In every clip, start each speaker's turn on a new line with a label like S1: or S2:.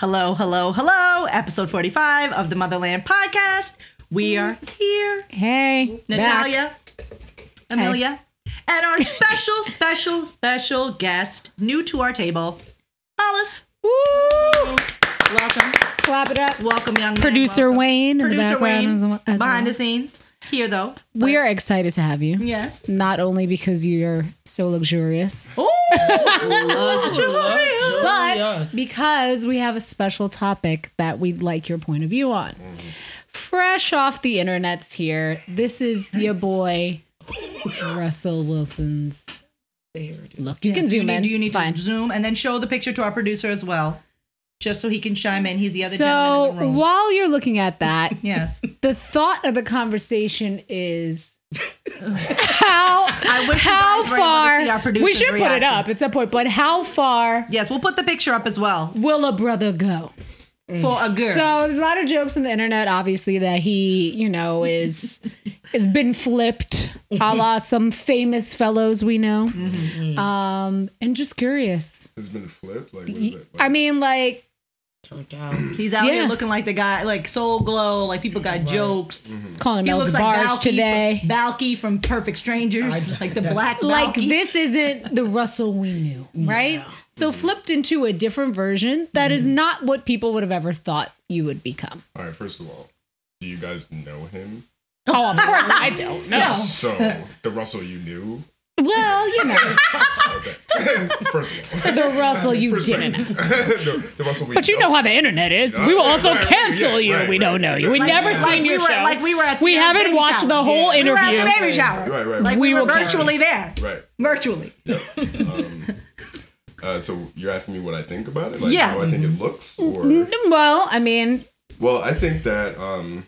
S1: Hello, hello, hello. Episode 45 of the Motherland Podcast. We
S2: Mm-hmm.
S1: are here.
S2: Hey,
S1: Natalia, Amelia, and our special, special, special guest, new to our table, Hollis.
S2: Woo!
S1: Welcome.
S2: Clap it up.
S1: Welcome, young man.
S2: Producer
S1: Welcome.
S2: Wayne in the
S1: Producer
S2: background
S1: Wayne.
S2: as well- as
S1: behind
S2: well.
S1: the scenes. Here, though.
S2: We are excited to have you.
S1: Yes.
S2: Not only because you're so luxurious,
S1: Ooh, luxurious.
S2: but because we have a special topic that we'd like your point of view on.
S1: Mm-hmm.
S2: Fresh off the internets here, this is your boy Russell Wilson's. Look, you
S1: Yes,
S2: can zoom
S1: need,
S2: in.
S1: Do you need
S2: it's
S1: to
S2: fine.
S1: zoom and then show the picture to our producer as well, just so he can chime in? He's the other
S2: So
S1: gentleman in the room.
S2: while you're looking at that,
S1: yes.
S2: the thought of the conversation is how
S1: I wish you
S2: how
S1: guys were able to see our
S2: far we
S1: producer's
S2: should put it
S1: reaction.
S2: up at some point, but how far
S1: Yes, we'll put the picture up as well
S2: will a brother go?
S1: for a girl.
S2: So there's a lot of jokes on the internet, obviously, that he, you know, is has been flipped, a la some famous fellows we know.
S1: Mm-hmm,
S2: Um, and just curious.
S3: has been flipped. Like, what is it?
S2: I mean, like
S1: He's out here
S2: Yeah.
S1: looking like the guy, like Soul Glow, like people got jokes.
S3: Mm-hmm. Hmm.
S2: calling
S1: He
S2: him El
S1: looks like
S2: Barge
S1: Balky
S2: today.
S1: From, Balky from Perfect Strangers,
S4: I-
S1: like the
S4: that's-
S1: black
S2: like
S1: Balky.
S2: this isn't the Russell we knew, right? So flipped into a different version that is not what people would have ever thought you would become.
S3: all right, first of all, do you guys know him?
S2: Oh, of course I don't know.
S3: So the Russell you knew.
S2: Well, you know,
S3: Okay. first of all,
S2: the Russell you
S3: First
S2: didn't know.
S3: no, the Russell we
S2: But you know how the internet is. We will also
S3: Right, right,
S2: cancel
S3: yeah,
S2: you.
S3: right,
S2: we don't
S3: right,
S2: know you. We
S3: exactly.
S2: never
S3: Like-
S2: seen
S1: like we
S2: your
S1: were-
S2: show.
S1: like we were at
S2: We
S1: Sarah's
S2: haven't
S1: baby
S2: watched
S1: shower.
S2: the whole
S1: we were
S2: interview.
S1: at the baby shower.
S3: Right, right,
S1: Like we,
S2: We
S1: were
S2: will cancel
S1: virtually
S2: you.
S1: there.
S3: Right.
S1: Virtually.
S3: Um, Uh, so you're asking me what I think about it, like
S1: Yeah.
S3: how I think it looks, or
S2: Mm-hmm. Well, I mean,
S3: well, I think that um,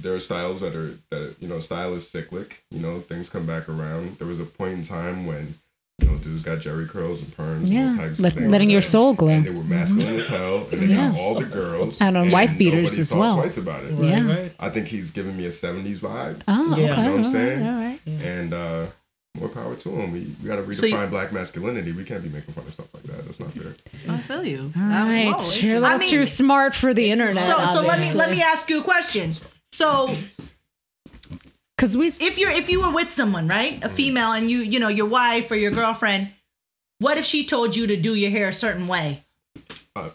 S3: there are styles that are that you know, style is cyclic. You know, things come back around. There was a point in time when you know dudes got jerry curls and perms,
S2: Yeah.
S3: and all types
S2: Let-
S3: of things,
S2: letting your
S3: that-
S2: soul glow.
S3: And they were masculine as hell, and they
S2: Yeah.
S3: got all the girls
S2: And on wife beaters
S3: nobody
S2: as
S3: thought
S2: well.
S3: Twice about it.
S2: Yeah.
S3: I think he's giving me a '70s vibe,
S2: oh,
S4: Yeah.
S2: okay,
S3: You know what I'm
S2: all right,
S3: saying?
S2: all right.
S3: and uh, more power to him. We, we got to redefine
S1: So you-
S3: black masculinity. We can't be making fun of stuff like that. That's not fair.
S1: I feel you.
S2: All right, you're a little
S1: I mean,
S2: too smart for the internet.
S1: so so let me let me ask you questions. So
S2: because we
S1: if you're if you were with someone, right, a female, and you you know your wife or your girlfriend, what if she told you to do your hair a certain way?
S3: Uh,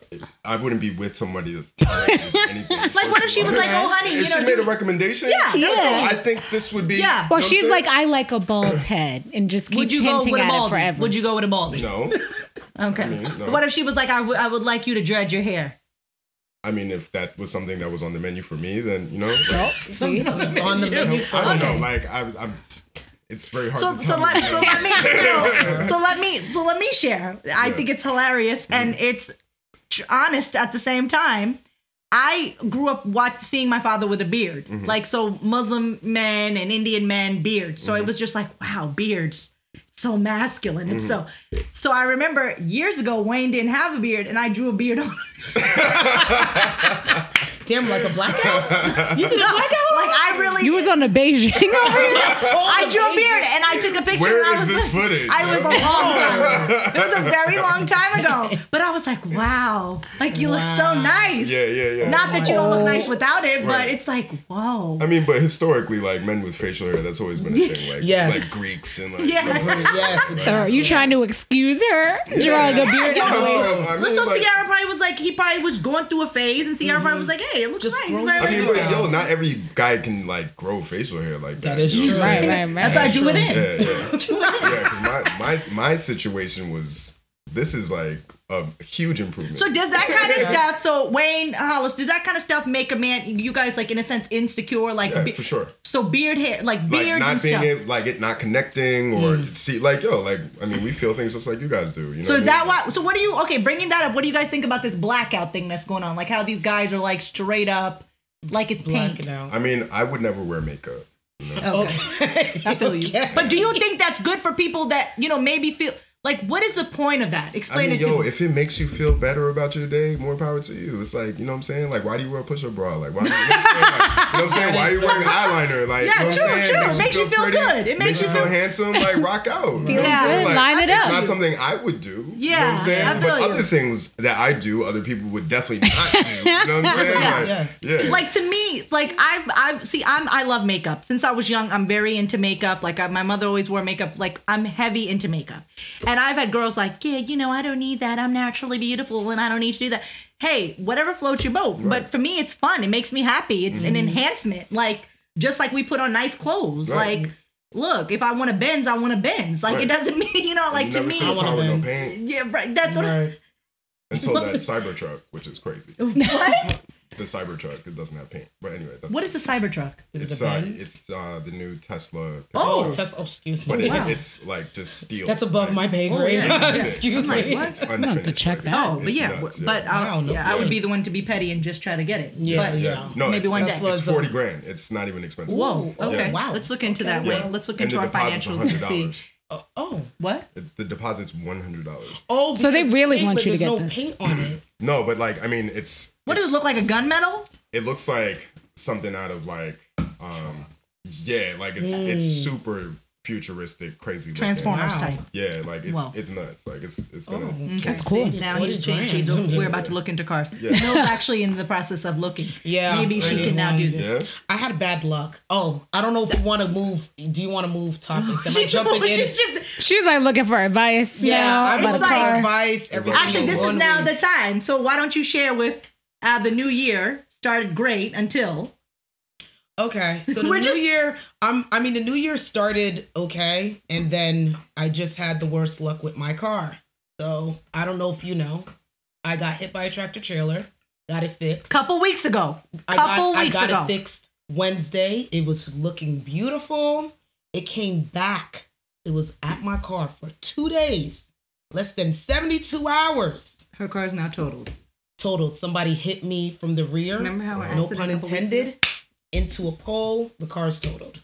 S3: I wouldn't be with somebody that's telling me anything.
S1: Like, what if she was like, "Oh, honey, you
S3: If
S1: know, do
S3: she made a recommendation,
S1: Yeah,
S2: yeah.
S3: I think this would be.
S1: Yeah.
S2: Well,
S3: you know what I'm
S2: she's
S3: saying?
S2: like, I like a bald head, and just
S1: would
S2: keeps
S1: you go
S2: hinting
S1: with a
S2: at it
S1: baldy?
S2: forever.
S1: Would you go with a baldy?
S3: no.
S1: Okay.
S3: no.
S1: What if she was like, I, w- I would like you to dread your hair?
S3: I mean, if that was something that was on the menu for me, then you know, like,
S2: See?
S4: on the
S3: I
S4: menu for
S3: don't know. Like, I, I'm. It's very hard
S1: So,
S3: to
S1: so
S3: tell.
S1: let
S3: you
S1: so
S3: know.
S1: let me so, so let me so let me share. I think it's hilarious and
S3: Mm.
S1: it's tr- honest at the same time. I grew up watch seeing my father with a beard,
S3: Mm-hmm.
S1: like so Muslim men and Indian men beards. So
S3: Mm-hmm.
S1: it was just like wow, beards, so masculine and so.
S3: Mm-hmm.
S1: So I remember years ago Wayne didn't have a beard and I drew a beard on.
S4: Damn, like a blackout.
S1: You did not like I really
S2: You was on a Beijing over here.
S1: I drew a beard and I took a picture.
S3: Where
S1: and I was
S3: is this
S1: like-
S3: footage?
S1: I was a
S3: Yeah.
S1: long time. ago. It was a very long time ago. But I was like, wow, like you look so nice.
S3: Yeah, yeah, yeah.
S1: Not that you don't look nice without it, but
S3: Right.
S1: it's like, whoa.
S3: I mean, but historically, like men with facial hair, that's always been a thing. Like,
S4: Yes.
S3: like Greeks and like.
S1: Yeah.
S4: yes. it's-
S2: Or are you trying to excuse her drawing a beard?
S3: You know
S2: on her?
S3: what I'm saying? I mean,
S1: Let's so
S3: like-
S1: Sierra probably was like, he probably was going through a phase, and Sierra probably was like, hey, it looks
S4: Just
S1: nice.
S4: grow
S1: Right,
S3: I mean,
S1: right,
S3: but
S1: right.
S3: yo, not every guy can like grow facial hair like that.
S4: That is
S3: you know
S4: true.
S3: what I'm
S2: Right,
S3: saying?
S2: right, right.
S1: That's why I drew it in.
S3: Yeah, yeah, yeah. 'cause my my my situation was this is like a huge improvement.
S1: So does that kind of stuff? So Wayne Hollis, does that kind of stuff make a man? You guys like in a sense insecure, like
S3: yeah,
S1: be-
S3: for sure.
S1: so beard hair, like
S3: Like
S1: beards and
S3: not
S1: stuff. Hmm.
S3: being able, like it not connecting or see, like yo, like I mean, we feel things just like you guys do. You know
S1: So
S3: what
S1: is
S3: I
S1: that
S3: mean?
S1: why? So what do you? Okay, bringing that up. What do you guys think about this blackout thing that's going on? Like how these guys are like straight up, like it's pink.
S4: Blacking out.
S3: I mean, I would never wear makeup.
S1: Okay, I feel you. But do you think that's good for people that you know maybe feel? Like, what is the point of that?
S3: I
S1: Explain
S3: mean,
S1: it to
S3: yo,
S1: me.
S3: if it makes you feel better about your day, more power to you. It's like, you know what I'm saying? Like, why do you wear a push-up bra? Like, why? You know what I'm saying? Like, you know what I'm saying? Why are you wearing eyeliner? Like,
S1: Yeah,
S3: you know what
S1: true,
S3: I'm saying?
S1: true. Makes you feel good. It makes
S3: makes
S1: you
S3: you feel
S1: feel-
S3: handsome. Like, rock out. You know
S2: Feel
S3: what I'm
S2: good,
S3: saying? Like,
S2: line it
S3: it's
S2: up.
S3: not something I would do. You know what
S1: Yeah,
S3: I'm saying?
S1: I
S3: but
S1: feel you.
S3: other things that I do, other people would definitely not do. You know what I'm saying?
S1: Yeah.
S3: Like,
S4: Yes.
S3: Yeah.
S1: like to me like i've i've see i'm i love makeup since i was young i'm very into makeup like I, my mother always wore makeup like i'm heavy into makeup and i've had girls like yeah you know i don't need that i'm naturally beautiful and i don't need to do that hey whatever floats your boat but for me it's fun it makes me happy it's an
S3: Mm-hmm.
S1: enhancement like just like we put on nice clothes
S3: Right.
S1: like look if i want a benz i want a benz like
S3: Right.
S1: it doesn't mean you know like to
S3: Never
S1: me
S3: seen
S4: I wanna
S3: power no
S4: dance.
S3: pain
S1: yeah right that's what
S4: Right.
S3: until that Cybertruck, which is crazy.
S1: what
S3: The Cybertruck, it doesn't have paint. But anyway, that's
S1: what is a cybertruck
S4: Is it
S3: it's
S4: the
S3: uh,
S4: Benz?
S3: it's uh, the new Tesla.
S1: Oh.
S4: Oh, Tesla. Oh, excuse
S3: but
S4: me.
S3: it,
S1: wow.
S3: it's like just steel.
S4: That's above my pay grade.
S1: yeah.
S3: It's-
S4: excuse
S1: I'm like,
S4: me.
S1: what?
S3: It's
S2: to
S3: unfinished,
S2: check
S3: like,
S2: that.
S1: Oh,
S3: it's
S1: but yeah,
S3: nuts,
S1: w- but I,
S4: Wow, no
S1: yeah, I would
S4: kidding.
S1: be the one to be petty and just try to get it.
S4: Yeah,
S1: but,
S4: yeah.
S3: No,
S1: Maybe
S3: it's,
S1: one
S3: it's-
S1: day.
S3: It's
S4: Tesla's, uh,
S3: forty grand. It's not even expensive.
S1: Whoa.
S4: Ooh,
S1: Okay.
S4: oh, wow.
S1: Let's look into that.
S4: Okay.
S1: Wait,
S4: Yeah.
S1: Let's look
S3: And
S1: into
S3: the
S1: our
S3: deposit's
S1: financials and see.
S3: $100.
S4: Oh, oh.
S1: What?
S3: It- The deposit's one hundred dollars.
S4: Oh,
S2: So they
S4: because
S2: really
S4: paint,
S2: want
S4: but
S2: you to
S4: there's
S2: get
S4: no
S2: this.
S4: paint on it.
S3: No, but like I mean, it's
S1: What does
S3: it's-
S1: it look like? A gunmetal?
S3: It looks like something out of like, um, yeah, like it's it's super futuristic, crazy looking.
S1: Transformers
S4: Wow.
S1: type.
S3: Yeah, like it's
S1: Whoa.
S3: it's nuts. Like it's it's
S4: Oh,
S3: gonna.
S2: That's cool.
S1: See, now he's
S4: 40
S1: changed. He's-
S4: grand.
S1: We're about to look into cars.
S3: Yeah.
S1: Mill's actually in the process of looking.
S4: Yeah,
S1: Maybe
S4: I
S1: she
S4: need
S1: can now do
S4: one.
S1: this.
S3: Yeah.
S4: I had bad luck. Oh, I don't know if you want to move. Do you want to move topics? Am I
S1: She-
S4: jumping
S1: she-
S4: in?
S1: she-
S2: She's like looking for advice now
S4: Yeah,
S2: about
S4: I'm
S2: a
S1: like-
S2: car.
S4: advice. everything
S1: Actually, this is
S4: on
S1: now
S4: me.
S1: the time. So why don't you share with uh, the new year started great until
S4: Okay, so the
S1: We're
S4: new
S1: just-
S4: year, um, I mean, the new year started okay, and then I just had the worst luck with my car. So I don't know if you know, I got hit by a tractor trailer, got it fixed.
S1: couple weeks ago.
S4: I
S1: Couple
S4: got,
S1: weeks
S4: I got
S1: ago.
S4: it fixed Wednesday. It was looking beautiful. It came back. It was at my car for two days, less than seventy-two hours
S1: Her car is now totaled.
S4: totaled. Somebody hit me from the rear.
S1: Remember how I
S4: no
S1: asked it a
S4: pun
S1: couple weeks ago?
S4: intended. Into a pole. The car's totaled.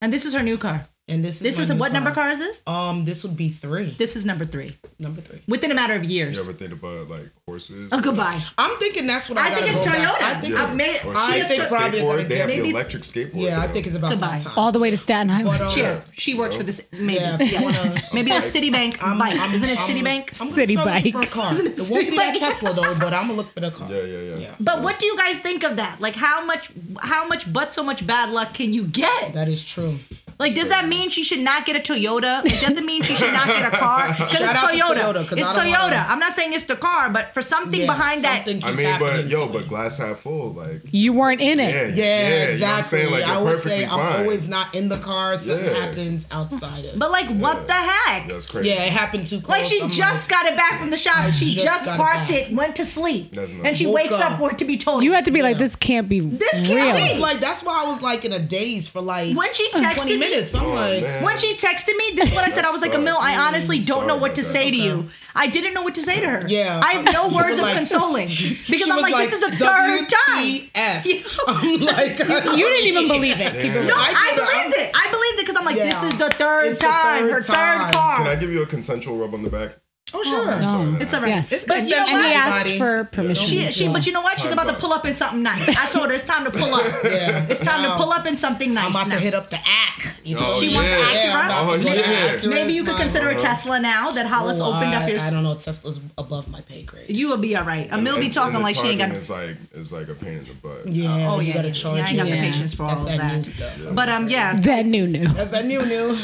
S1: And this is her new car.
S4: And this is
S1: This
S4: my
S1: is a,
S4: new
S1: what number car is this?
S4: Um, this would be three.
S1: This is number three.
S4: Number three.
S1: Within a matter of years.
S3: You ever think about like horses?
S1: oh, goodbye.
S4: I'm thinking that's what I,
S1: I think
S4: gotta
S1: it's
S4: go back.
S1: Toyota.
S4: I think
S1: I've
S4: it's-
S1: made-
S3: Or
S1: I
S3: skateboard.
S1: think
S4: probably a
S3: they have the
S1: maybe-
S3: electric skateboard.
S4: yeah, I think it's about
S1: Goodbye.
S4: that time.
S2: All the way to Staten Island.
S4: but, um,
S1: She, she works for this. Maybe.
S4: Yeah, if you
S1: Yeah.
S4: wanna-
S1: Maybe a Citibank
S4: I'm-
S1: bike.
S4: I'm-
S1: Isn't it
S4: I'm-
S1: Citibank?
S4: I'm
S2: City
S4: gonna start looking
S2: bike.
S4: For a car. It won't
S1: City
S4: be that
S1: bike?
S4: Tesla though, but I'm gonna look for the car.
S3: Yeah, yeah, yeah.
S4: Yeah.
S1: but what do you guys think of that? Like, how much, how much, but so much bad luck can you get?
S4: That is true.
S1: Like, does that mean she should not get a Toyota? It doesn't mean she should not get a car. 'Cause it's
S4: Shout out to
S1: Toyota.
S4: Toyota, 'cause
S1: it's
S4: I don't
S1: Toyota.
S4: wanna-
S1: I'm not saying it's the car, but for something
S4: Yeah,
S1: behind
S4: something
S1: that.
S3: I
S4: keeps
S3: mean, but
S4: happening
S3: yo,
S4: to me.
S3: but glass half full, like
S2: you weren't in it.
S3: yeah, yeah,
S4: yeah,
S3: you know what I'm
S4: exactly.
S3: saying? Like,
S4: I
S3: you're
S4: would say
S3: perfectly fine.
S4: I'm always not in the car. Something
S3: Yeah.
S4: happens outside of.
S1: But like, what the heck?
S3: That's crazy.
S4: yeah, it happened too close.
S1: Like she
S4: I'm
S1: just got it back from the shop. she
S4: just
S1: just,
S4: got it
S1: parked
S4: back.
S1: it, went to sleep,
S3: That's nuts.
S1: and she
S4: Woke
S1: wakes up
S4: up.
S1: for it to be told.
S2: You had to be like, this can't be
S1: This
S2: real.
S1: can't
S4: It's like that's why I was like in a daze for like
S1: When she
S4: twenty
S1: texted me,
S4: minutes. I'm
S3: Oh,
S4: like,
S3: man.
S1: when she texted me, this is what I said. I was like,
S3: Sorry.
S1: Emil, I honestly don't
S3: Sorry
S1: know what
S3: about
S1: to
S3: that.
S1: say to you. I didn't know what to say to her.
S4: Yeah.
S1: I have no words of
S4: Like,
S1: consoling because
S4: she
S1: I'm
S4: was
S1: like, this is the third time.
S4: WTF.
S1: Yeah.
S4: I'm like,
S2: You didn't even believe it. Keep it
S3: Damn.
S1: No,
S4: I
S1: I,
S4: get it.
S1: believed it. I believed it because I'm like,
S4: Yeah.
S1: this is the third
S4: It's the
S1: time.
S4: third
S1: her
S4: time.
S1: third car.
S3: Can I give you a consensual rub on the back?
S4: Oh sure.
S2: no.
S1: it's all right.
S2: Yes.
S4: It's
S1: But you know
S4: consensual,
S2: and he
S1: what?
S2: asked
S4: everybody.
S2: for permission.
S1: She, she, but you know what? She's
S3: Time's
S1: about to
S3: up.
S1: pull up in something nice. I told her it's time to pull up.
S4: Yeah.
S1: It's time to pull up in something nice.
S4: I'm about
S1: now.
S4: to hit up the act. You know?
S3: Oh,
S1: She wants
S3: yeah.
S1: Acura?
S4: I'm about
S3: Oh,
S4: to go to
S3: yeah.
S4: Acura.
S1: Maybe you
S4: It's
S1: could
S4: my-
S1: consider a Tesla now that Hollis
S4: Oh,
S1: opened up
S4: I-
S1: your.
S4: I don't know. Tesla's above my pay grade.
S1: You will be all right. Emil be
S3: And-
S1: talking
S3: and the
S1: like she ain't got.
S3: charging is like is like a pain in the butt.
S4: Yeah.
S1: oh, yeah,
S4: you gotta
S1: yeah, yeah.
S4: charge.
S1: Yeah, I ain't got
S4: your
S1: the
S4: ass.
S1: patience for
S4: That's
S1: all
S4: that,
S1: that.
S4: new stuff.
S1: But um, yeah,
S2: that new new.
S4: That's that new new.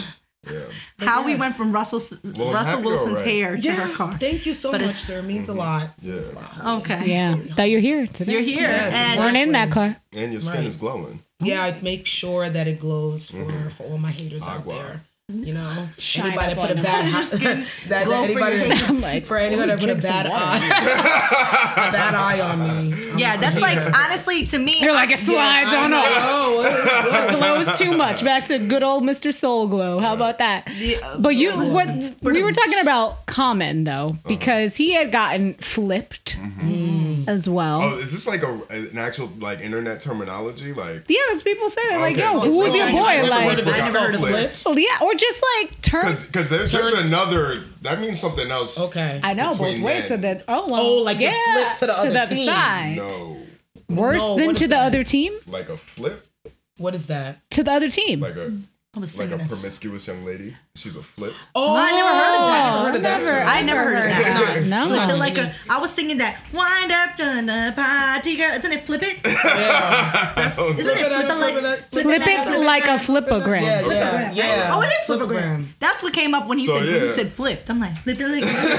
S1: how we
S4: yes.
S1: went from Russell
S3: I'm
S1: Russell
S3: happy all
S1: Wilson's
S3: right.
S1: hair to
S4: Yeah.
S1: her car.
S4: Thank you so
S1: But it- Oh,
S4: much, sir. It means a lot.
S3: Mm-hmm. Yeah.
S4: Means a lot.
S1: Okay.
S2: Yeah, that you're here today.
S1: You're here,
S4: Yes,
S1: and
S2: Weren't in that car.
S3: And your skin
S4: Right.
S3: is glowing.
S4: Yeah, I make sure that it glows for for all my haters out there. You know, anybody that
S2: up
S4: put
S2: on
S4: a bad
S1: Your
S4: eye,
S1: skin
S4: that
S1: glow for
S4: anybody
S1: your
S4: that,
S2: haters. Like,
S4: for anyone that put a bad eye, a bad eye on me.
S1: yeah, that's like honestly to me.
S2: You're like, it slides on up.
S4: Oh,
S2: Glows too much. Back to good old Mr. Soul Glow. How about that?
S4: uh,
S2: But you, what
S3: Uh-huh.
S4: Mm-hmm.
S2: we were talking about, Common though, because he had gotten flipped as well.
S3: Oh, is this like a an actual like internet terminology? Like
S2: Yeah, as people say, they're like,
S3: Okay,
S2: yo,
S3: so
S2: who
S3: it's
S2: was your
S3: like-
S2: boy?
S3: it's
S2: Like,
S3: like-
S4: I never heard of
S3: Conflict.
S4: flips.
S2: well, yeah, or just like turn.
S3: because because there's,
S4: Turns-
S3: there's another that means something else.
S4: Okay.
S2: I know both
S3: between
S2: ways. So
S3: men.
S2: that oh well,
S4: Oh, like you
S2: yeah,
S4: flip to the other team.
S2: side.
S3: No,
S2: Worse
S4: No,
S2: than
S4: what
S2: to
S4: is
S2: the
S4: that?
S2: other team.
S3: like a flip,
S4: What is that?
S2: To the other team.
S3: like a
S1: I was
S3: like a
S1: thinking this.
S3: promiscuous young lady. She's a flip.
S4: Oh,
S1: I never heard of that.
S4: I Oh, never heard of that.
S1: never- I never heard of that.
S2: No,
S1: Flip it like a. I was singing that wind up done a party girl. Isn't it flip it? Isn't
S3: I don't know.
S1: it
S4: up,
S1: flip it
S4: flip it
S1: like
S2: flip
S4: up, flip
S2: it like a flipogram.
S4: Yeah,
S3: Flip it
S4: yeah,
S3: around.
S4: yeah.
S1: Oh, it is flipogram. That's what came up when he
S3: So,
S1: said when you
S3: yeah.
S1: said flipped. I'm like flip it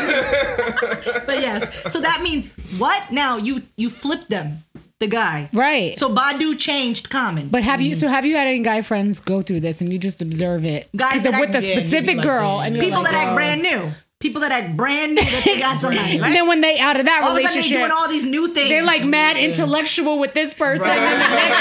S1: like- but yes, so that means what? Now you you flipped them, the guy.
S2: Right.
S1: So Badu changed common.
S2: But have you so have you had any guy friends go through this and you just observe it?
S1: Guys
S2: Because
S1: that I-
S2: with the
S1: Yeah,
S4: you'd be
S2: specific
S4: like,
S2: girl
S4: damn.
S2: and you're
S1: people
S2: like,
S1: that act
S2: wow.
S1: brand new. People that act brand new that they got somebody.
S2: And
S1: Right?
S2: then when they out of that
S1: All of a sudden they're
S2: relationship,
S1: doing all these new things.
S2: they're like mad intellectual with this person
S4: Right.
S2: and the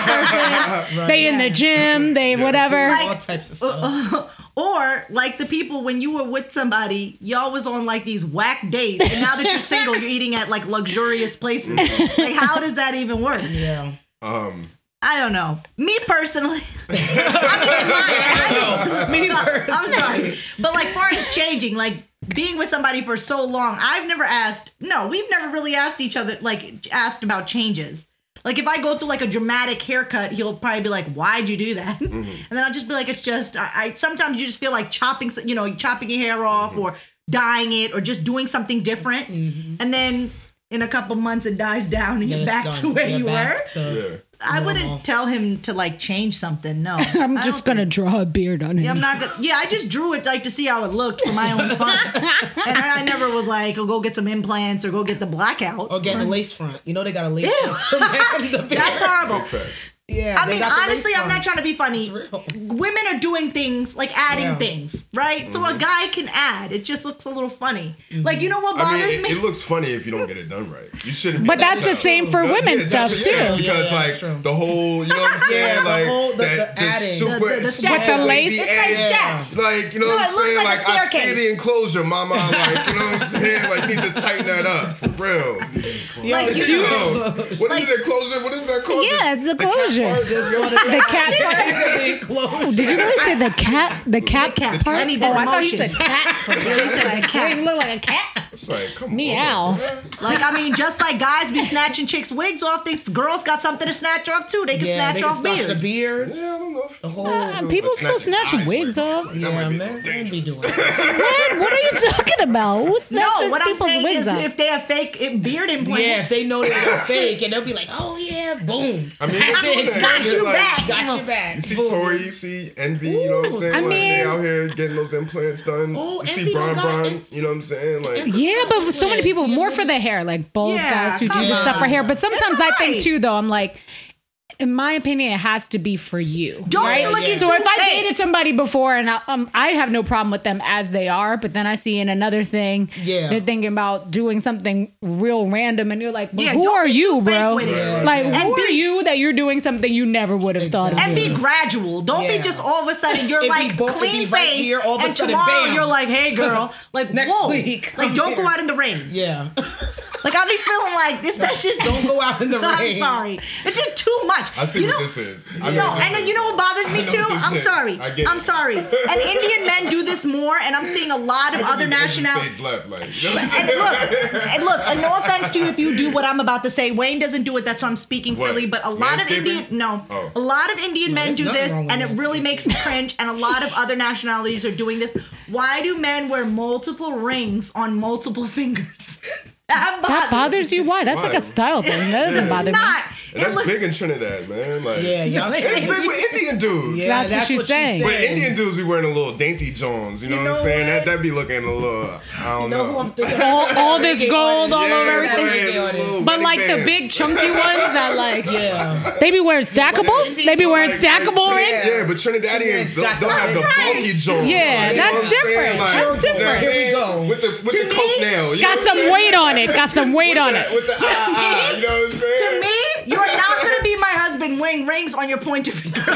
S2: next person. They in the gym, they whatever.
S4: All types of
S1: uh,
S4: stuff.
S1: Or like the people when you were with somebody, y'all was on like these whack dates, and now that you're single, you're eating at like luxurious places. like how does that even work?
S4: Yeah.
S3: Um,
S1: I don't know. Me personally, I mean, I'm, sorry. I'm sorry, but like far as changing, like being with somebody for so long, I've never asked. No, we've never really asked each other, like asked about changes. Like if I go through like a dramatic haircut, he'll probably be like, "Why'd you do that?" And then I'll just be like, "It's just I, I." Sometimes you just feel like chopping, you know, chopping your hair off or dyeing it or just doing something different, and then. In a couple months, it dies down, and
S4: Then
S1: you're
S4: Mm-hmm. it's
S1: back to
S4: done.
S1: where
S4: You're
S1: you
S4: back
S1: were.
S4: to-
S3: yeah.
S1: I wouldn't tell him to like change something. No,
S2: I'm
S1: I
S2: just
S1: don't
S2: gonna draw a beard on him.
S1: think- I'm not gonna. Yeah, I just drew it like to see how it looked for my own fun, and I never was like, "Oh, go get some implants or go get the blackout."
S4: Or get a Oh, lace front. You know they got a lace
S1: Ew.
S4: front. for men. The
S1: That's horrible.
S3: facts.
S4: Yeah.
S1: I
S4: they
S1: mean,
S4: got the lace
S1: honestly, I'm not
S4: fronts.
S1: trying to be funny.
S4: It's real.
S1: Women are doing things like adding
S4: Yeah. Mm-hmm.
S1: things, right? So a guy can add. It just looks a little funny. Like you know what
S3: I
S1: bothers
S3: mean,
S1: me?
S3: it, it looks funny if you don't get it done right. You shouldn't. be
S2: But
S3: that
S2: that's the
S3: loud.
S2: same for
S3: No,
S2: women
S3: yeah,
S2: stuff
S3: that's-
S2: too.
S3: yeah,
S4: Yeah,
S3: because
S4: yeah, that's true.
S3: like the whole, you know what I'm saying?
S4: Yeah, the
S3: like
S4: whole- the-
S3: that,
S4: the adding.
S1: The-
S3: super
S1: the- the
S3: super-
S1: With the
S2: lace?
S3: the
S1: It's like
S3: air.
S1: steps.
S3: Like you know what
S1: it
S3: I'm
S1: looks
S3: saying?
S1: like a
S3: Like, I see
S1: staircase.
S3: the enclosure, mama. Like you know what I'm saying? Like need to tighten that up for real.
S1: Like you,
S3: You know, what is
S1: Like-
S3: the enclosure? What is that called?
S2: Yeah, it's the closure.
S3: part? You know what I'm
S2: The cat part.
S4: They close.
S2: Did you really say the cat? The cat
S1: cat.
S2: part?
S1: And he did
S2: oh,
S1: the
S2: I thought you
S1: motion.
S2: said cat. For
S1: he said the cat.
S2: You look like a cat.
S3: It's like, come
S2: Meow.
S3: on. man.
S1: like I mean, just like guys be snatching chicks' wigs off, they girls got something to snatch off too. They can
S4: Yeah,
S1: snatch
S4: they
S1: off
S4: can snatch the
S1: beards.
S4: beards.
S3: Yeah, I don't know. The whole
S2: Ah, people still snatching wigs off.
S3: That might
S4: Yeah,
S3: be
S4: man. They be
S3: dangerous.
S4: doing it.
S2: Man, what are you talking about? Who's
S1: No,
S2: snatching
S1: what I'm
S2: people's
S1: saying
S2: wigs
S1: is,
S2: up?
S1: if they have fake it- beard implants,
S4: Yeah, if they know that they're fake, and they'll be like, "Oh yeah, boom,
S3: I mean, it's
S4: It's
S3: like-
S4: got
S3: it's
S1: you
S3: like-
S1: back.
S4: got your back."
S3: You see
S4: Boom.
S3: Tori, you see Envy, you know what I'm saying?
S2: I
S3: like, they
S2: mean-
S3: out here getting those implants done.
S4: Ooh,
S3: you see
S4: Envy don't
S3: Bron
S4: got
S3: Bron,
S4: im-
S3: you know what I'm saying? Like,
S2: yeah, but so many
S4: wigs,
S2: people
S4: yeah,
S2: more for the hair, like bald
S1: Yeah,
S2: guys who do
S1: come
S2: this stuff for hair. But sometimes I think
S1: alright.
S2: too, though, I'm like, in my opinion, it has to be for you.
S1: don't
S4: Right,
S1: be looking
S4: yeah.
S1: too
S2: So if I
S1: fake.
S2: dated somebody before and I, um, I have no problem with them as they are, but then I see in another thing,
S4: Yeah.
S2: they're thinking about doing something real random, and you're like, well,
S1: Yeah,
S2: who
S1: don't
S2: are
S1: be
S2: you,
S1: too fake
S2: bro?
S1: with it. Right,
S2: Like,
S4: yeah.
S2: who
S1: And
S2: are
S1: be-
S2: you that you're doing something you never would have thought of?
S1: and
S2: doing?
S1: be gradual. Don't
S4: Yeah.
S1: be just all of a sudden you're
S4: It'd be
S1: like
S4: both- it'd
S1: clean
S4: be right
S1: face,
S4: here, all of a
S1: and
S4: sudden,
S1: tomorrow
S4: bam.
S1: you're like, hey girl, like
S4: Next
S1: whoa.
S4: week,
S1: like
S4: I'm
S1: don't go
S4: there.
S1: out in the rain.
S4: Yeah,
S1: Like I'll be feeling like this, that shit.
S4: don't go out in the
S1: I'm
S4: rain.
S1: sorry, it's just too much.
S3: I see
S1: you
S3: what
S1: know,
S3: this is. I
S1: No,
S3: know what this
S1: and then
S3: is.
S1: you know what bothers
S3: I
S1: me
S3: know
S1: too?
S3: what this
S1: I'm
S3: is.
S1: sorry.
S3: I get
S1: I'm
S3: it.
S1: sorry. And Indian men do this more, and I'm seeing a lot of other
S3: There's extra
S1: nationalities.
S3: stage left, like, you know what I'm
S1: And
S3: saying?
S1: look, and look, and no offense to you if you do what I'm about to say. Wayne doesn't do it, that's why I'm speaking
S3: What?
S1: freely. But a lot of
S3: Manscaping?
S1: Indian, no,
S3: Oh.
S1: a lot of Indian men
S4: there's
S1: do
S4: nothing
S1: this,
S4: wrong with
S1: and it really
S4: manscaping.
S1: makes me cringe. And a lot of other nationalities are doing this. Why do men wear multiple rings on multiple fingers? That bothers.
S2: That bothers you? Why? That's
S3: Why?
S2: like a style thing. That doesn't
S3: It's
S2: bother
S1: It's
S2: me.
S1: not.
S3: And
S1: It
S3: that's
S1: looks,
S3: big in Trinidad, man. Like,
S4: Yeah, y'all.
S3: it's big with Indian dudes.
S4: Yeah,
S2: That's what she's
S4: she
S2: saying.
S3: But
S4: said.
S3: Indian dudes be wearing a little dainty Jones, you know,
S4: You
S3: what
S4: know
S3: I'm saying? That
S4: what?
S3: that be looking a little, I
S4: You
S3: don't
S4: know who I'm thinking?
S2: All, all this
S4: Reggae
S2: gold all
S4: artists.
S2: over
S4: Yeah,
S2: everything.
S4: right.
S2: But like the big chunky ones that like
S4: Yeah,
S2: they be wearing stackables. They be wearing stackable rings.
S3: Yeah, but Trinidadians
S4: Trinidad's
S3: don't,
S4: got
S3: don't
S4: the-
S3: have the
S1: Right.
S3: bulky Jones.
S2: Yeah,
S3: You know
S2: that's
S3: what I'm saying?
S2: different.
S3: Like,
S2: That's
S3: you know what
S4: different.
S3: I'm saying?
S4: Here we go.
S3: With the with the
S1: me,
S3: coke nail, you know
S2: Got
S3: what I'm
S2: some
S3: saying?
S2: weight on it. Got some weight on
S3: With the-
S2: it.
S3: With the ah, ah, you know what I'm saying?
S1: to me, you're not gonna be my husband wearing rings on your pointer finger.
S3: it's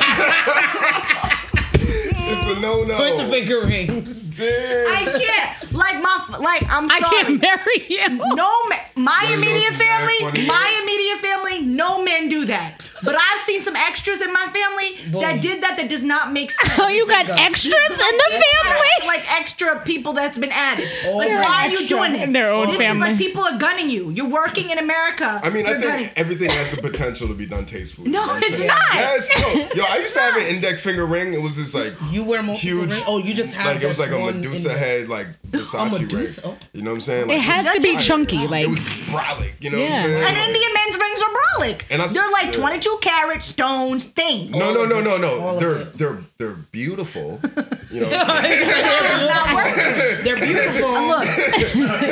S3: a no no.
S4: point the finger rings.
S1: I can't. Like my like I'm
S2: I
S1: sorry.
S2: can't marry you.
S1: No, ma- my
S3: Wanna know
S1: immediate
S3: some bad
S1: family,
S3: funny
S1: my
S3: shit?
S1: immediate family, no men do that. But I've seen some extras in my family
S4: Boom.
S1: that did that. That does not make sense.
S2: So Oh, you got
S4: Go.
S2: extras in the family?
S1: Like extra people that's been added.
S4: Oh
S1: like,
S4: They're
S1: why are you
S2: extra
S1: doing this?
S2: in their own
S1: this
S2: family.
S1: Is like people are gunning you. You're working in America.
S3: I mean,
S1: You're
S3: I
S1: gunning.
S3: think everything has the potential to be done tastefully.
S1: No,
S3: you know what I'm
S1: it's
S3: saying?
S1: not.
S3: Yes, yo, yo I used to have an index finger ring. It was just like
S4: You wear multiple
S3: huge.
S4: rings? Oh, you just have
S3: like it was
S4: just
S3: like a
S4: one
S3: Medusa
S4: index.
S3: head, like Versace ring.
S4: Medusa? Oh.
S3: You know what I'm saying? Like,
S2: It has to be
S3: was
S2: chunky.
S3: tired.
S2: Like
S3: it was brolic. You know
S2: Yeah.
S3: what I'm saying?
S1: And
S3: Like,
S1: Indian men's rings are brolic.
S3: And I s-
S1: They're like
S3: yeah.
S1: 22 carat stones things.
S3: No, no, no, no,
S4: All
S3: no.
S4: of
S3: They're
S4: it.
S3: they're they're beautiful. You know. What I'm saying?
S1: It's not worth it.
S4: They're beautiful.
S1: Look, look,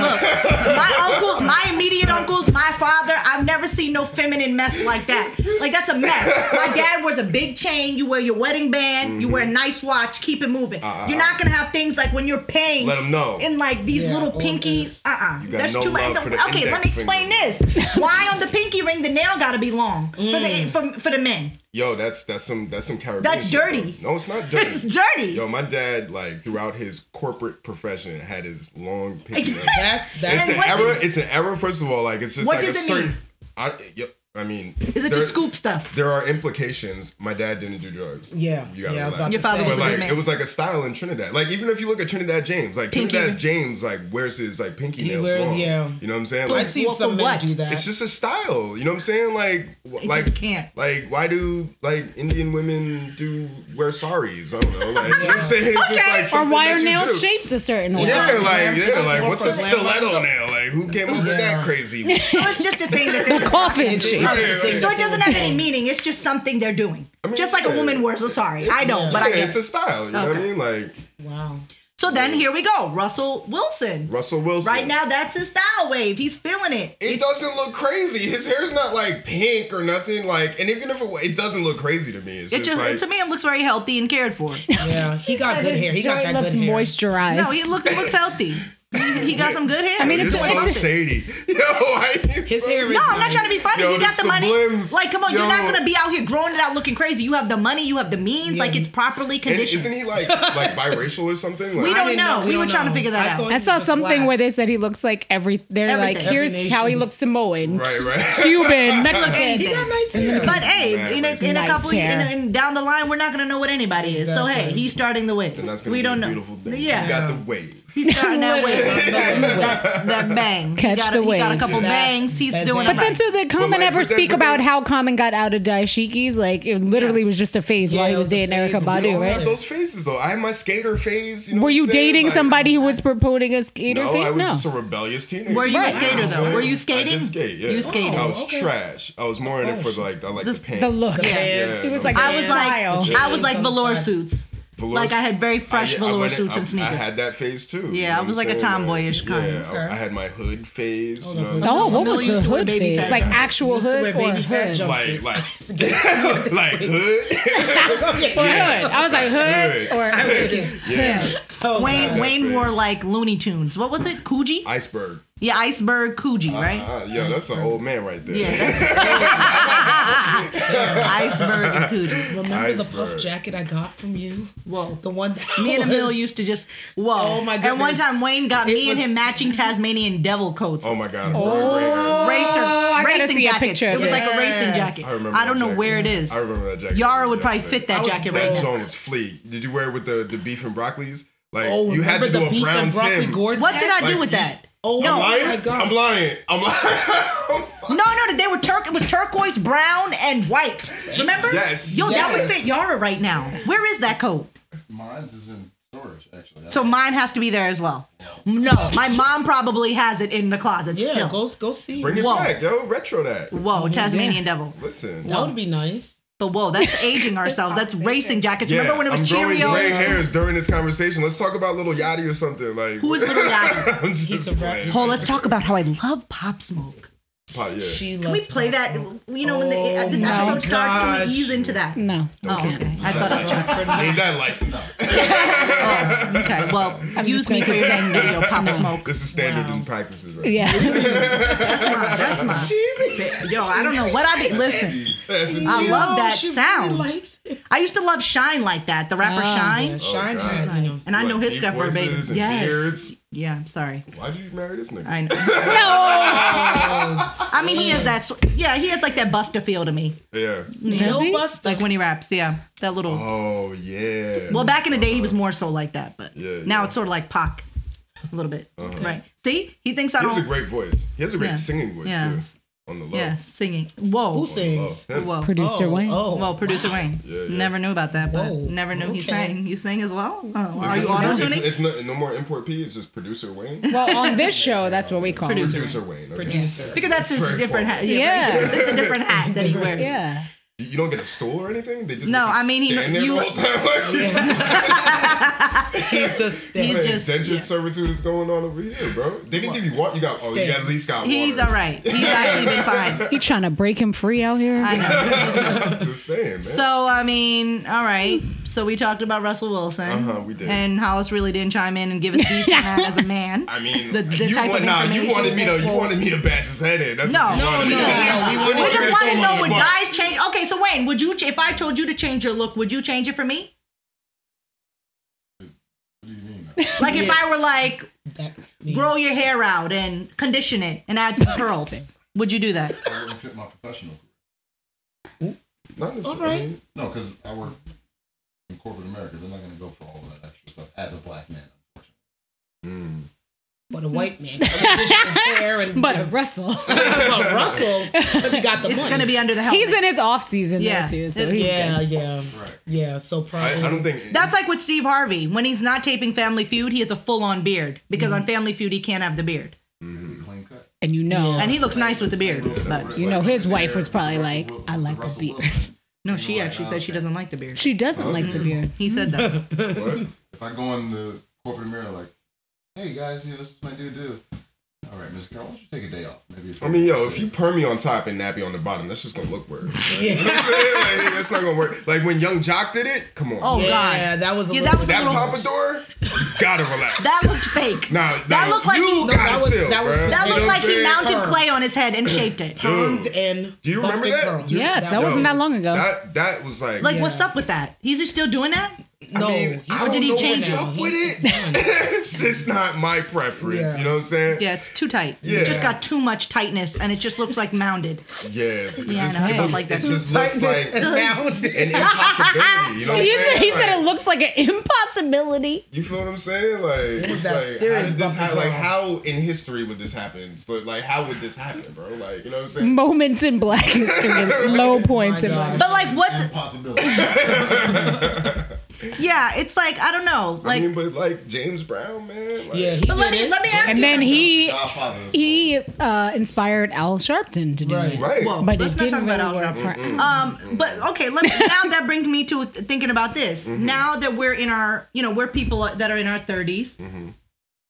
S1: my uncle, my immediate uncles, my father, I've never seen no feminine mess like that. Like, that's a mess. My dad wears a big chain, you wear your wedding band, you
S3: Mm-hmm.
S1: wear a nice watch, keep it moving. you're not gonna have things like when you're paying.
S3: Uh-uh. Let 'em know.
S1: In like these
S4: Yeah,
S1: little
S4: all
S1: pinkies.
S4: this.
S1: Uh uh
S3: You got
S1: That's
S3: no
S1: too much.
S3: love for the
S1: Okay, let
S3: index
S1: me explain
S3: finger.
S1: this. Why on the pinky ring the nail gotta be long for,
S4: Mm.
S1: the, for, for the men?
S3: Yo, that's that's some that's some Caribbean.
S1: That's
S3: shit, bro.
S1: dirty.
S3: No, it's not dirty.
S1: It's dirty.
S3: Yo, my dad, like throughout his corporate profession, had his long pinky. ring.
S4: That's
S3: It's
S4: that's
S1: And
S3: an
S1: what
S3: error.
S1: did-
S3: It's an error. First of all, like it's just
S1: What
S3: like
S1: does
S3: a
S1: it
S3: certain.
S1: mean?
S3: I, yep, I mean,
S1: Is it
S3: there-
S1: the scoop stuff?
S3: There are implications. My dad didn't do drugs.
S4: yeah.
S3: You gotta
S4: Yeah, I
S3: relax.
S4: was about
S1: Your
S4: to
S1: father
S4: say.
S1: was a
S3: But like
S1: good man.
S3: it was like a style in Trinidad. Like even if you look at Trinidad James, like
S1: Pinky
S3: Trinidad
S1: ring.
S3: James, like wears his like pinky
S4: He
S3: nails
S4: wears-
S3: long.
S4: yeah.
S3: You know what I'm saying?
S4: I
S3: Like,
S4: seen
S1: Well, for
S4: some men
S1: what?
S4: do that.
S3: it's just a style. You know what I'm saying? Like
S1: just
S3: w- like
S1: can't.
S3: like why do like Indian women do wear saris? I don't know. Like you know what I'm saying? It's just like
S2: or
S3: something
S2: why
S3: that
S2: are
S3: you
S2: nails
S3: do.
S2: shaped a certain way?
S3: Yeah,
S4: Yeah.
S3: like
S4: Yeah.
S3: yeah,
S4: It's
S3: like
S4: more
S3: what's
S4: for
S3: a stiletto
S4: glamour.
S3: nail? Like who came up with that
S4: Yeah.
S3: crazy?
S1: So it's just a thing that they're
S2: Coffin
S4: Is it-
S2: shape.
S4: is it-
S3: Yeah, yeah,
S1: So it doesn't have any meaning. It's just something they're doing.
S3: mean,
S1: just like a
S3: yeah.
S1: woman wears a sorry. I don't, but I
S3: yeah,
S1: get
S3: it's a
S1: it.
S3: style. You know what I
S1: Okay.
S3: mean? Like
S4: Wow.
S1: So then here we go. Russell Wilson.
S3: Russell Wilson.
S1: Right now, that's his style wave. He's feeling it.
S3: It doesn't look crazy. His hair's not like pink or nothing. Like, and even if it, wa- it doesn't look crazy to me, it's
S1: It
S3: just,
S1: just,
S3: like
S1: to me, it looks very healthy and cared for.
S4: Yeah, he got good hair. He got that
S2: looks
S4: good hair.
S2: moisturized.
S1: No, he looks, he looks healthy. He, he got some good hair. I
S2: mean,
S3: you're
S2: it's-
S3: so
S2: it's-
S3: shady. Yo, I,
S4: His hair is
S1: no, I'm not
S4: nice.
S1: trying to be funny.
S3: Yo,
S1: you got
S3: this
S1: the money.
S3: Sublims.
S1: Like, come on, you're not
S3: Yo.
S1: gonna be out here growing it out looking crazy. You have the money, you have the means. Like,
S4: Yeah.
S1: it's properly
S3: And
S1: conditioned.
S3: isn't he like like biracial or something? Like,
S1: We
S4: I
S1: don't
S4: didn't
S1: know. We were
S4: don't
S1: trying to figure that out.
S4: thought
S2: I
S4: he
S2: saw
S4: was
S2: something
S4: black.
S2: where they said he looks like every. They're like,
S1: Everything.
S2: here's
S4: Every
S2: how he
S4: nation.
S2: looks Samoan,
S3: Right, right.
S2: Cuban, Mexican.
S1: anything.
S4: He got nice hair.
S1: But hey, in
S3: Nice
S1: a, in a couple in,
S2: hair.
S1: a- in down the line, we're not gonna know what anybody is. So hey,
S4: Exactly.
S1: he's starting the wave.
S3: And that's gonna
S1: we
S3: be
S1: don't
S3: a
S1: know.
S3: beautiful thing. You
S1: Yeah,
S3: got the wave.
S1: he's starting that wave.
S2: Literally.
S1: that, that bang.
S2: Catch
S1: he got, a-
S2: the
S1: He got a
S2: wave.
S1: couple
S4: That-
S1: bangs. He's
S4: that
S1: doing. it.
S4: bang.
S2: But then too, did Common
S3: like,
S2: ever
S3: but then-
S2: speak
S3: but
S2: about
S3: then-
S2: how Common got out of daishikis? Like it literally was just a phase
S4: Yeah,
S2: while he
S4: it
S2: was
S4: was a
S2: dating
S4: phase.
S2: Erica
S4: We all
S2: Badu,
S3: I have
S2: right?
S3: those phases though. I had my skater phase. You know
S2: Were
S3: what
S2: you
S3: I'm saying?
S2: dating
S3: Like,
S2: somebody who was promoting a skater
S3: No,
S2: phase?
S3: I was
S2: no.
S3: just a rebellious teenager.
S1: Were you
S2: Right.
S1: a skater
S3: You know what
S1: though?
S3: I'm
S1: Were you
S3: saying?
S1: skating?
S3: I did skate. Yeah.
S1: You skated. Oh,
S3: I was
S4: okay.
S3: trash. I was more in it for like I like the,
S1: The-
S3: pants.
S2: the look.
S4: The
S1: Yeah.
S4: pants.
S3: He was like
S1: I was
S2: Style.
S1: like, I was like
S4: On the
S1: velour
S4: side.
S1: suits.
S3: Velour
S1: Like I
S3: suit.
S1: had very fresh
S3: I- I
S1: velour
S3: went in-
S1: suits
S3: I-
S1: and
S3: I
S1: sneakers.
S3: had that phase too.
S1: Yeah, I
S3: what
S1: was
S3: I'm
S1: like a
S3: saying?
S1: tomboyish
S3: yeah,
S1: kind.
S3: I- I had my hood phase. You know,
S4: Hold
S3: what
S2: Oh,
S3: I'm
S2: what was
S1: Millie
S2: the
S1: used to wear
S2: hood
S1: baby
S2: phase?
S1: fat
S2: Like
S1: jumpsuits.
S2: actual
S4: Used to
S2: hoods
S4: wear
S2: or
S4: baby fat
S2: hood?
S4: jumpsuits.
S3: saying? like like like hood.
S2: Or hood. I was like hood
S3: Hood.
S2: or
S3: yeah,
S4: Oh,
S1: Wayne
S4: God.
S1: Wayne
S3: phase.
S1: wore like Looney Tunes. What was it? Coogee?
S3: iceberg.
S1: Yeah, iceberg Coogee, right?
S3: Uh, yeah, that's an old man right there.
S1: Yeah, that's iceberg and Coogee.
S4: Remember the puff
S3: Iceberg.
S4: jacket I got from you?
S1: Whoa.
S4: The one that
S1: Me and
S4: was-
S1: Emil used to just whoa.
S4: Oh, my
S1: And one
S4: goodness.
S1: time Wayne got
S4: It
S1: me and
S4: was-
S1: him matching Tasmanian devil coats.
S3: Oh my god. Oh,
S1: Racer,
S2: I gotta
S1: racing
S2: see a
S1: jacket.
S2: picture
S1: It
S2: of
S1: was like a
S4: this.
S1: racing
S4: Yes.
S1: jacket.
S3: I remember.
S1: I, don't
S3: that
S1: know
S3: jacket.
S1: where it is.
S3: I remember that jacket.
S1: Yara would
S3: Yes,
S1: probably
S3: sir.
S1: fit that
S4: I was
S1: jacket
S3: That
S1: right now.
S3: joint was flea. Did you wear it with the the beef and broccolis? Like
S4: Oh,
S3: you had to do
S4: remember the
S3: a
S4: beef
S3: brown
S4: and broccoli
S3: Tim.
S4: Gore-Tex?
S1: What did I do
S3: Like,
S1: with that?
S4: Oh
S1: No.
S4: my
S3: lying?
S4: God.
S3: I'm lying. I'm lying.
S1: No, no, they were turk. It was turquoise, brown, and white. Remember?
S3: Yes.
S1: Yo, that would
S4: Yes.
S1: fit Yara right now. Where is that coat?
S5: Mine's is in storage, actually.
S1: So mine has to be there as well. No, my mom probably has it in the closet
S4: Yeah,
S1: still.
S4: go go see.
S3: Bring it
S1: Whoa.
S3: back, yo. Retro that.
S1: Whoa, Tasmanian devil.
S3: Listen.
S4: that would be nice.
S1: But whoa, that's aging ourselves. That's racing jackets.
S3: Yeah,
S1: Remember when it was
S3: I'm growing gray
S1: Cheerios?
S3: hairs during this conversation. Let's talk about little Yachty or something. Like
S1: Who is Little Yachty?
S3: I'm just
S4: He's a rat.
S3: playing.
S1: Oh, let's talk about how I love Pop Smoke.
S3: Pop, yeah.
S4: She
S1: Can we
S4: loves
S1: play that? You know, when the, uh,
S4: Oh
S1: this
S4: my
S1: episode starts, can we
S4: gosh.
S1: ease into that?
S2: no.
S1: Oh, okay. I thought I was
S3: Need that license.
S1: Oh, Okay, well, use
S2: just
S1: me for
S2: making
S1: your next
S2: sense.
S1: video, Pop Smoke.
S3: This is standard in practices, right?
S2: Yeah.
S1: That's mine. That's mine. it. Yo, I don't know what I be. Listen,
S3: That's a
S1: I
S3: deal.
S1: love that
S4: she really
S1: sound.
S4: likes
S1: I used to love Shine like that, the rapper
S2: Oh,
S1: Shine.
S4: Yeah, Shine
S3: God.
S4: had, you know.
S1: And I
S3: What,
S1: know his
S3: deep
S1: stuff
S3: voices
S1: verbatim.
S3: and
S1: Yes.
S3: beards?
S1: Yeah, I'm sorry.
S3: Why did you marry this nigga?
S1: I know. I mean, he has that. sw- Yeah, he has like that Buster feel to me.
S3: Yeah.
S2: Does he?
S4: No Buster.
S1: Like when he raps. Yeah, that little.
S3: Oh yeah.
S1: Well, back in the day, he was more so like that, but
S3: Yeah,
S1: now
S3: yeah.
S1: it's sort of like Pac, a little bit. Right. See, he thinks I
S3: He
S1: don't.
S3: has a great voice. He has a great
S1: Yes.
S3: singing voice Uh-huh.
S1: Yes.
S3: too. On the low.
S1: yeah, singing. Whoa.
S4: Who
S3: Low.
S4: sings?
S3: Him.
S1: Whoa.
S2: Producer
S4: Oh,
S2: Wayne.
S4: Oh,
S1: Well, producer Wayne.
S3: Yeah, yeah.
S1: Never knew about that, but
S4: Whoa,
S1: never knew he
S4: okay.
S1: sang. You sing as well? Oh, are
S3: It's-
S1: you auto
S3: it's,
S1: tuning?
S3: it's no, no more import P. It's just producer Wayne.
S2: Well, on this show, that's what we call him.
S1: Producer.
S3: Producer Wayne. Okay.
S4: producer.
S1: Because that's his
S3: Very
S1: different hat.
S3: formal.
S1: Yeah.
S2: Yeah.
S1: right. It's a different hat that he wears.
S2: Yeah.
S3: You don't get a stool or anything. They just
S1: No,
S3: make you
S1: I mean, he-
S3: stand there
S1: you-
S3: the whole time. Like,
S4: He's just
S1: He's
S4: staring.
S1: just-
S3: indentured
S1: yeah.
S3: servitude is going on over here, bro. They didn't give you water. You got oh, you
S4: Stairs.
S3: at least got water.
S1: He's all right. He's actually been fine.
S2: You trying to break him free out here?
S1: I know.
S3: Just saying, man.
S1: So I mean, all right. So we talked about Russell Wilson.
S3: Uh-huh, we did.
S1: And Hollis really didn't chime in and give us deep on that as a man.
S3: I mean,
S1: the- the
S3: you,
S1: type
S3: want,
S1: of
S3: nah, you
S1: information
S3: wanted me to you
S4: that-
S3: wanted me to bash his head in. That's
S1: No.
S3: what you
S1: No,
S3: wanted.
S4: no, no, we wanted
S1: we
S4: you
S1: just
S4: to
S1: wanted to
S4: come
S1: know
S4: on.
S1: would
S3: But-
S1: guys change. Okay, so Wayne, would you? ch- If I told you to change your look, would you change it for me?
S5: What do you mean?
S1: Like if I were like,
S4: That means-
S1: grow your hair out and condition it and add some curls, would you do that?
S5: I wouldn't fit my professional career.
S3: Not necessarily.
S4: All right.
S5: No, because I work in corporate America. They're not going to go for all of that extra stuff as a black man, unfortunately.
S4: But a white man. but
S2: Russell.
S4: but Russell, because he got the
S1: It's
S4: money.
S1: gonna be under the helmet.
S2: he's in his off season
S1: Yeah.
S2: yeah. too, so
S1: It-
S2: he's
S4: yeah,
S2: good.
S4: yeah,
S5: Right.
S4: yeah. So
S3: I,
S4: probably
S3: I don't think
S1: That's like with Steve Harvey. When he's not taping Family Feud, he has a full-on beard because on Family Feud he can't have the beard,
S5: Plain cut.
S2: And you know,
S1: and he looks nice with the beard.
S3: that's
S1: But
S3: what
S2: you know, his wife was probably
S5: Russell
S2: like,
S5: Wil-
S2: "I like a
S5: Russell
S2: beard."
S5: Wilson.
S1: no, she actually said she doesn't like the beard.
S2: She doesn't like the beard.
S1: He said that.
S3: what?
S5: If I go in the corporate mirror, like, hey guys, you know, this is my dude, dude. All right, Miss Carol, why don't you take a day off? Maybe.
S3: I mean, yo, if you permy on top and nappy on the bottom, that's just gonna look weird. Right? You know what I'm saying? Like, that's not gonna work. Like when Young Jock did it, come on.
S1: Oh
S4: Yeah,
S1: God,
S4: that was a
S1: Yeah,
S4: little.
S1: that was a
S3: that
S1: little-
S3: pompadour, you gotta relax.
S1: that looked fake.
S3: nah, nah,
S1: that looked like
S3: you
S1: he- No,
S3: gotta
S4: that was-
S3: chill,
S4: that was-
S3: bruh.
S1: That
S3: You know
S1: looked
S3: what
S1: like
S3: I'm
S1: he
S3: saying?
S1: mounted
S4: Her.
S1: clay on his head and shaped it.
S3: Dude.
S4: permed and
S3: Do you
S4: bumped
S3: remember
S4: and
S3: that?
S4: curled.
S3: Do you-
S2: Yes, that
S3: Yo,
S2: wasn't that long ago.
S3: That that was like,
S1: Like,
S4: Yeah.
S1: what's up with that? He's just still doing that?
S4: no,
S3: I mean,
S4: he
S3: I
S1: did
S3: don't
S1: he
S3: know
S1: change
S3: what's
S1: it?
S3: up with
S4: He's
S3: it.
S4: done.
S3: it's just not my preference.
S4: Yeah.
S3: You know what I'm saying?
S1: Yeah, it's too tight.
S3: Yeah.
S1: It just got too much tightness, and it just looks like mounded.
S3: Yeah, it's- it
S1: Yeah, I
S3: just,
S1: know, I
S3: it
S1: don't
S3: looks,
S1: like
S3: like
S1: that.
S3: it just looks like
S4: And bound it.
S3: an impossibility. You know what I'm
S2: He
S3: saying?
S2: said, he said
S3: Like-
S2: it looks like an impossibility.
S3: You feel what I'm saying? Like,
S4: was
S3: it's
S4: that
S3: like,
S4: serious
S3: how did this
S4: bumpy
S3: hap- like
S4: ground.
S3: how in history would this happen? So, like, how would this happen, bro? Like, you know what I'm saying?
S2: Moments in Black History, low points in
S4: God.
S1: But
S2: Black.
S1: like, what's
S5: Impossibility.
S1: yeah? It's like I don't know. Like,
S3: I mean, but like James Brown, man. Like,
S4: Yeah, he
S1: but let
S4: did
S1: me
S4: it.
S1: let me ask
S2: And
S1: you.
S2: then he
S5: Godfather. is-
S2: he uh, inspired Al Sharpton to do
S4: Right.
S2: it,
S3: right.
S1: Whoa,
S2: but
S1: let's
S2: it
S1: not talk
S2: didn't
S1: about
S2: really
S1: Al
S2: work
S1: Sharpton.
S2: for Al.
S1: Um, but okay, let me, now that brings me to th- thinking about this. Now that we're in our, you know, we're people that are in our 30s.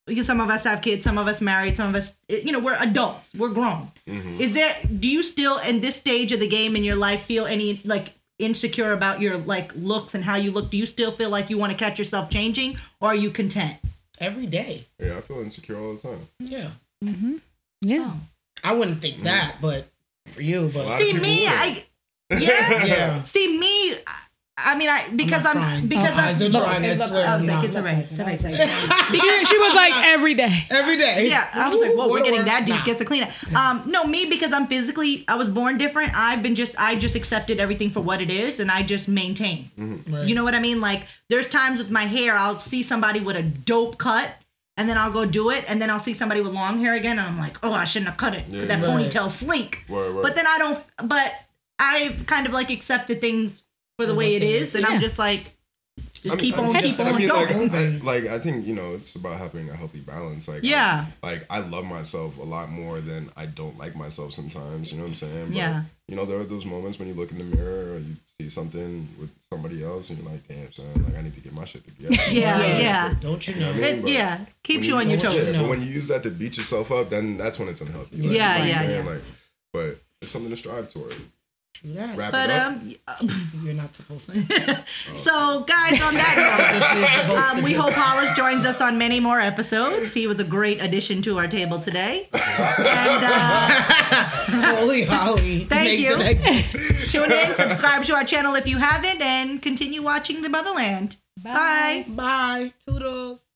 S1: Because some of us have kids, some of us married, some of us, eh, you know, we're adults, we're grown. Is there? Do you still, in this stage of the game in your life, feel any like insecure about your like looks and how you look? Do you still feel like you want to catch yourself changing, or are you content?
S4: every day.
S3: Yeah, I feel insecure all the time.
S4: Yeah,
S2: Yeah,
S4: I wouldn't think that, but for you,
S3: A lot
S4: but
S3: of
S1: See
S3: people
S1: me,
S3: would.
S1: I yeah.
S4: yeah.
S1: See me. I- I mean, I because
S4: not
S1: I'm,
S4: crying.
S1: because
S4: My eyes are
S1: I'm.
S4: dry, I swear
S1: I was like,
S4: I'm not.
S1: it's alright, it's alright.
S2: she, she was like every day.
S4: Every day.
S1: Yeah, I was like, "Whoa, we're getting that deep.
S4: Waterworks,
S1: Get the clean up." Um, no, me because I'm physically, I was born different. I've been just, I just accepted everything for what it is, and I just maintain.
S4: nah.
S3: Mm-hmm.
S1: You know what I mean? Like, there's times with my hair, I'll see somebody with a dope cut, and then I'll go do it, and then I'll see somebody with long hair again, and I'm like, "Oh, I shouldn't have cut it.
S3: Yeah,
S1: that
S3: yeah.
S1: ponytail's sleek."
S3: Word, word.
S1: But then I don't. But I've kind of like accepted things for the way it is, and I'm
S2: Yeah.
S1: just like, just
S3: I mean,
S1: keep
S3: I
S1: on,
S3: mean,
S1: keep
S3: I
S1: on
S3: mean,
S1: going.
S3: like, I, like, I think you know, it's about having a healthy balance. Like, I-
S1: Yeah.
S3: like I love myself a lot more than I don't like myself sometimes. You know what I'm saying? But,
S1: Yeah.
S3: You know, there are those moments when you look in the mirror or you see something with somebody else, and you're like, "Damn, son, like I need to get my shit together."
S1: yeah,
S4: Yeah.
S1: yeah,
S4: Don't you know?
S3: I mean,
S1: It-
S3: but
S1: yeah. Keeps
S3: when
S1: you on your
S3: yeah,
S1: toes.
S3: but when you use that to beat yourself up, then that's when it's unhealthy. Like,
S1: Yeah,
S3: you know what I'm
S1: yeah,
S3: saying? Like, but it's something to strive toward.
S4: True that.
S3: Wrap
S1: But
S3: it up.
S1: um,
S4: You're not supposed to.
S1: so guys, on that note, um, we hope Hollis joins us on many more episodes. He was a great addition to our table today. And uh,
S4: Holy Holly.
S1: Thank you.
S4: Makes an exit.
S1: tune in, subscribe to our channel if you haven't, and continue watching The Motherland. Bye.
S4: Bye. Toodles.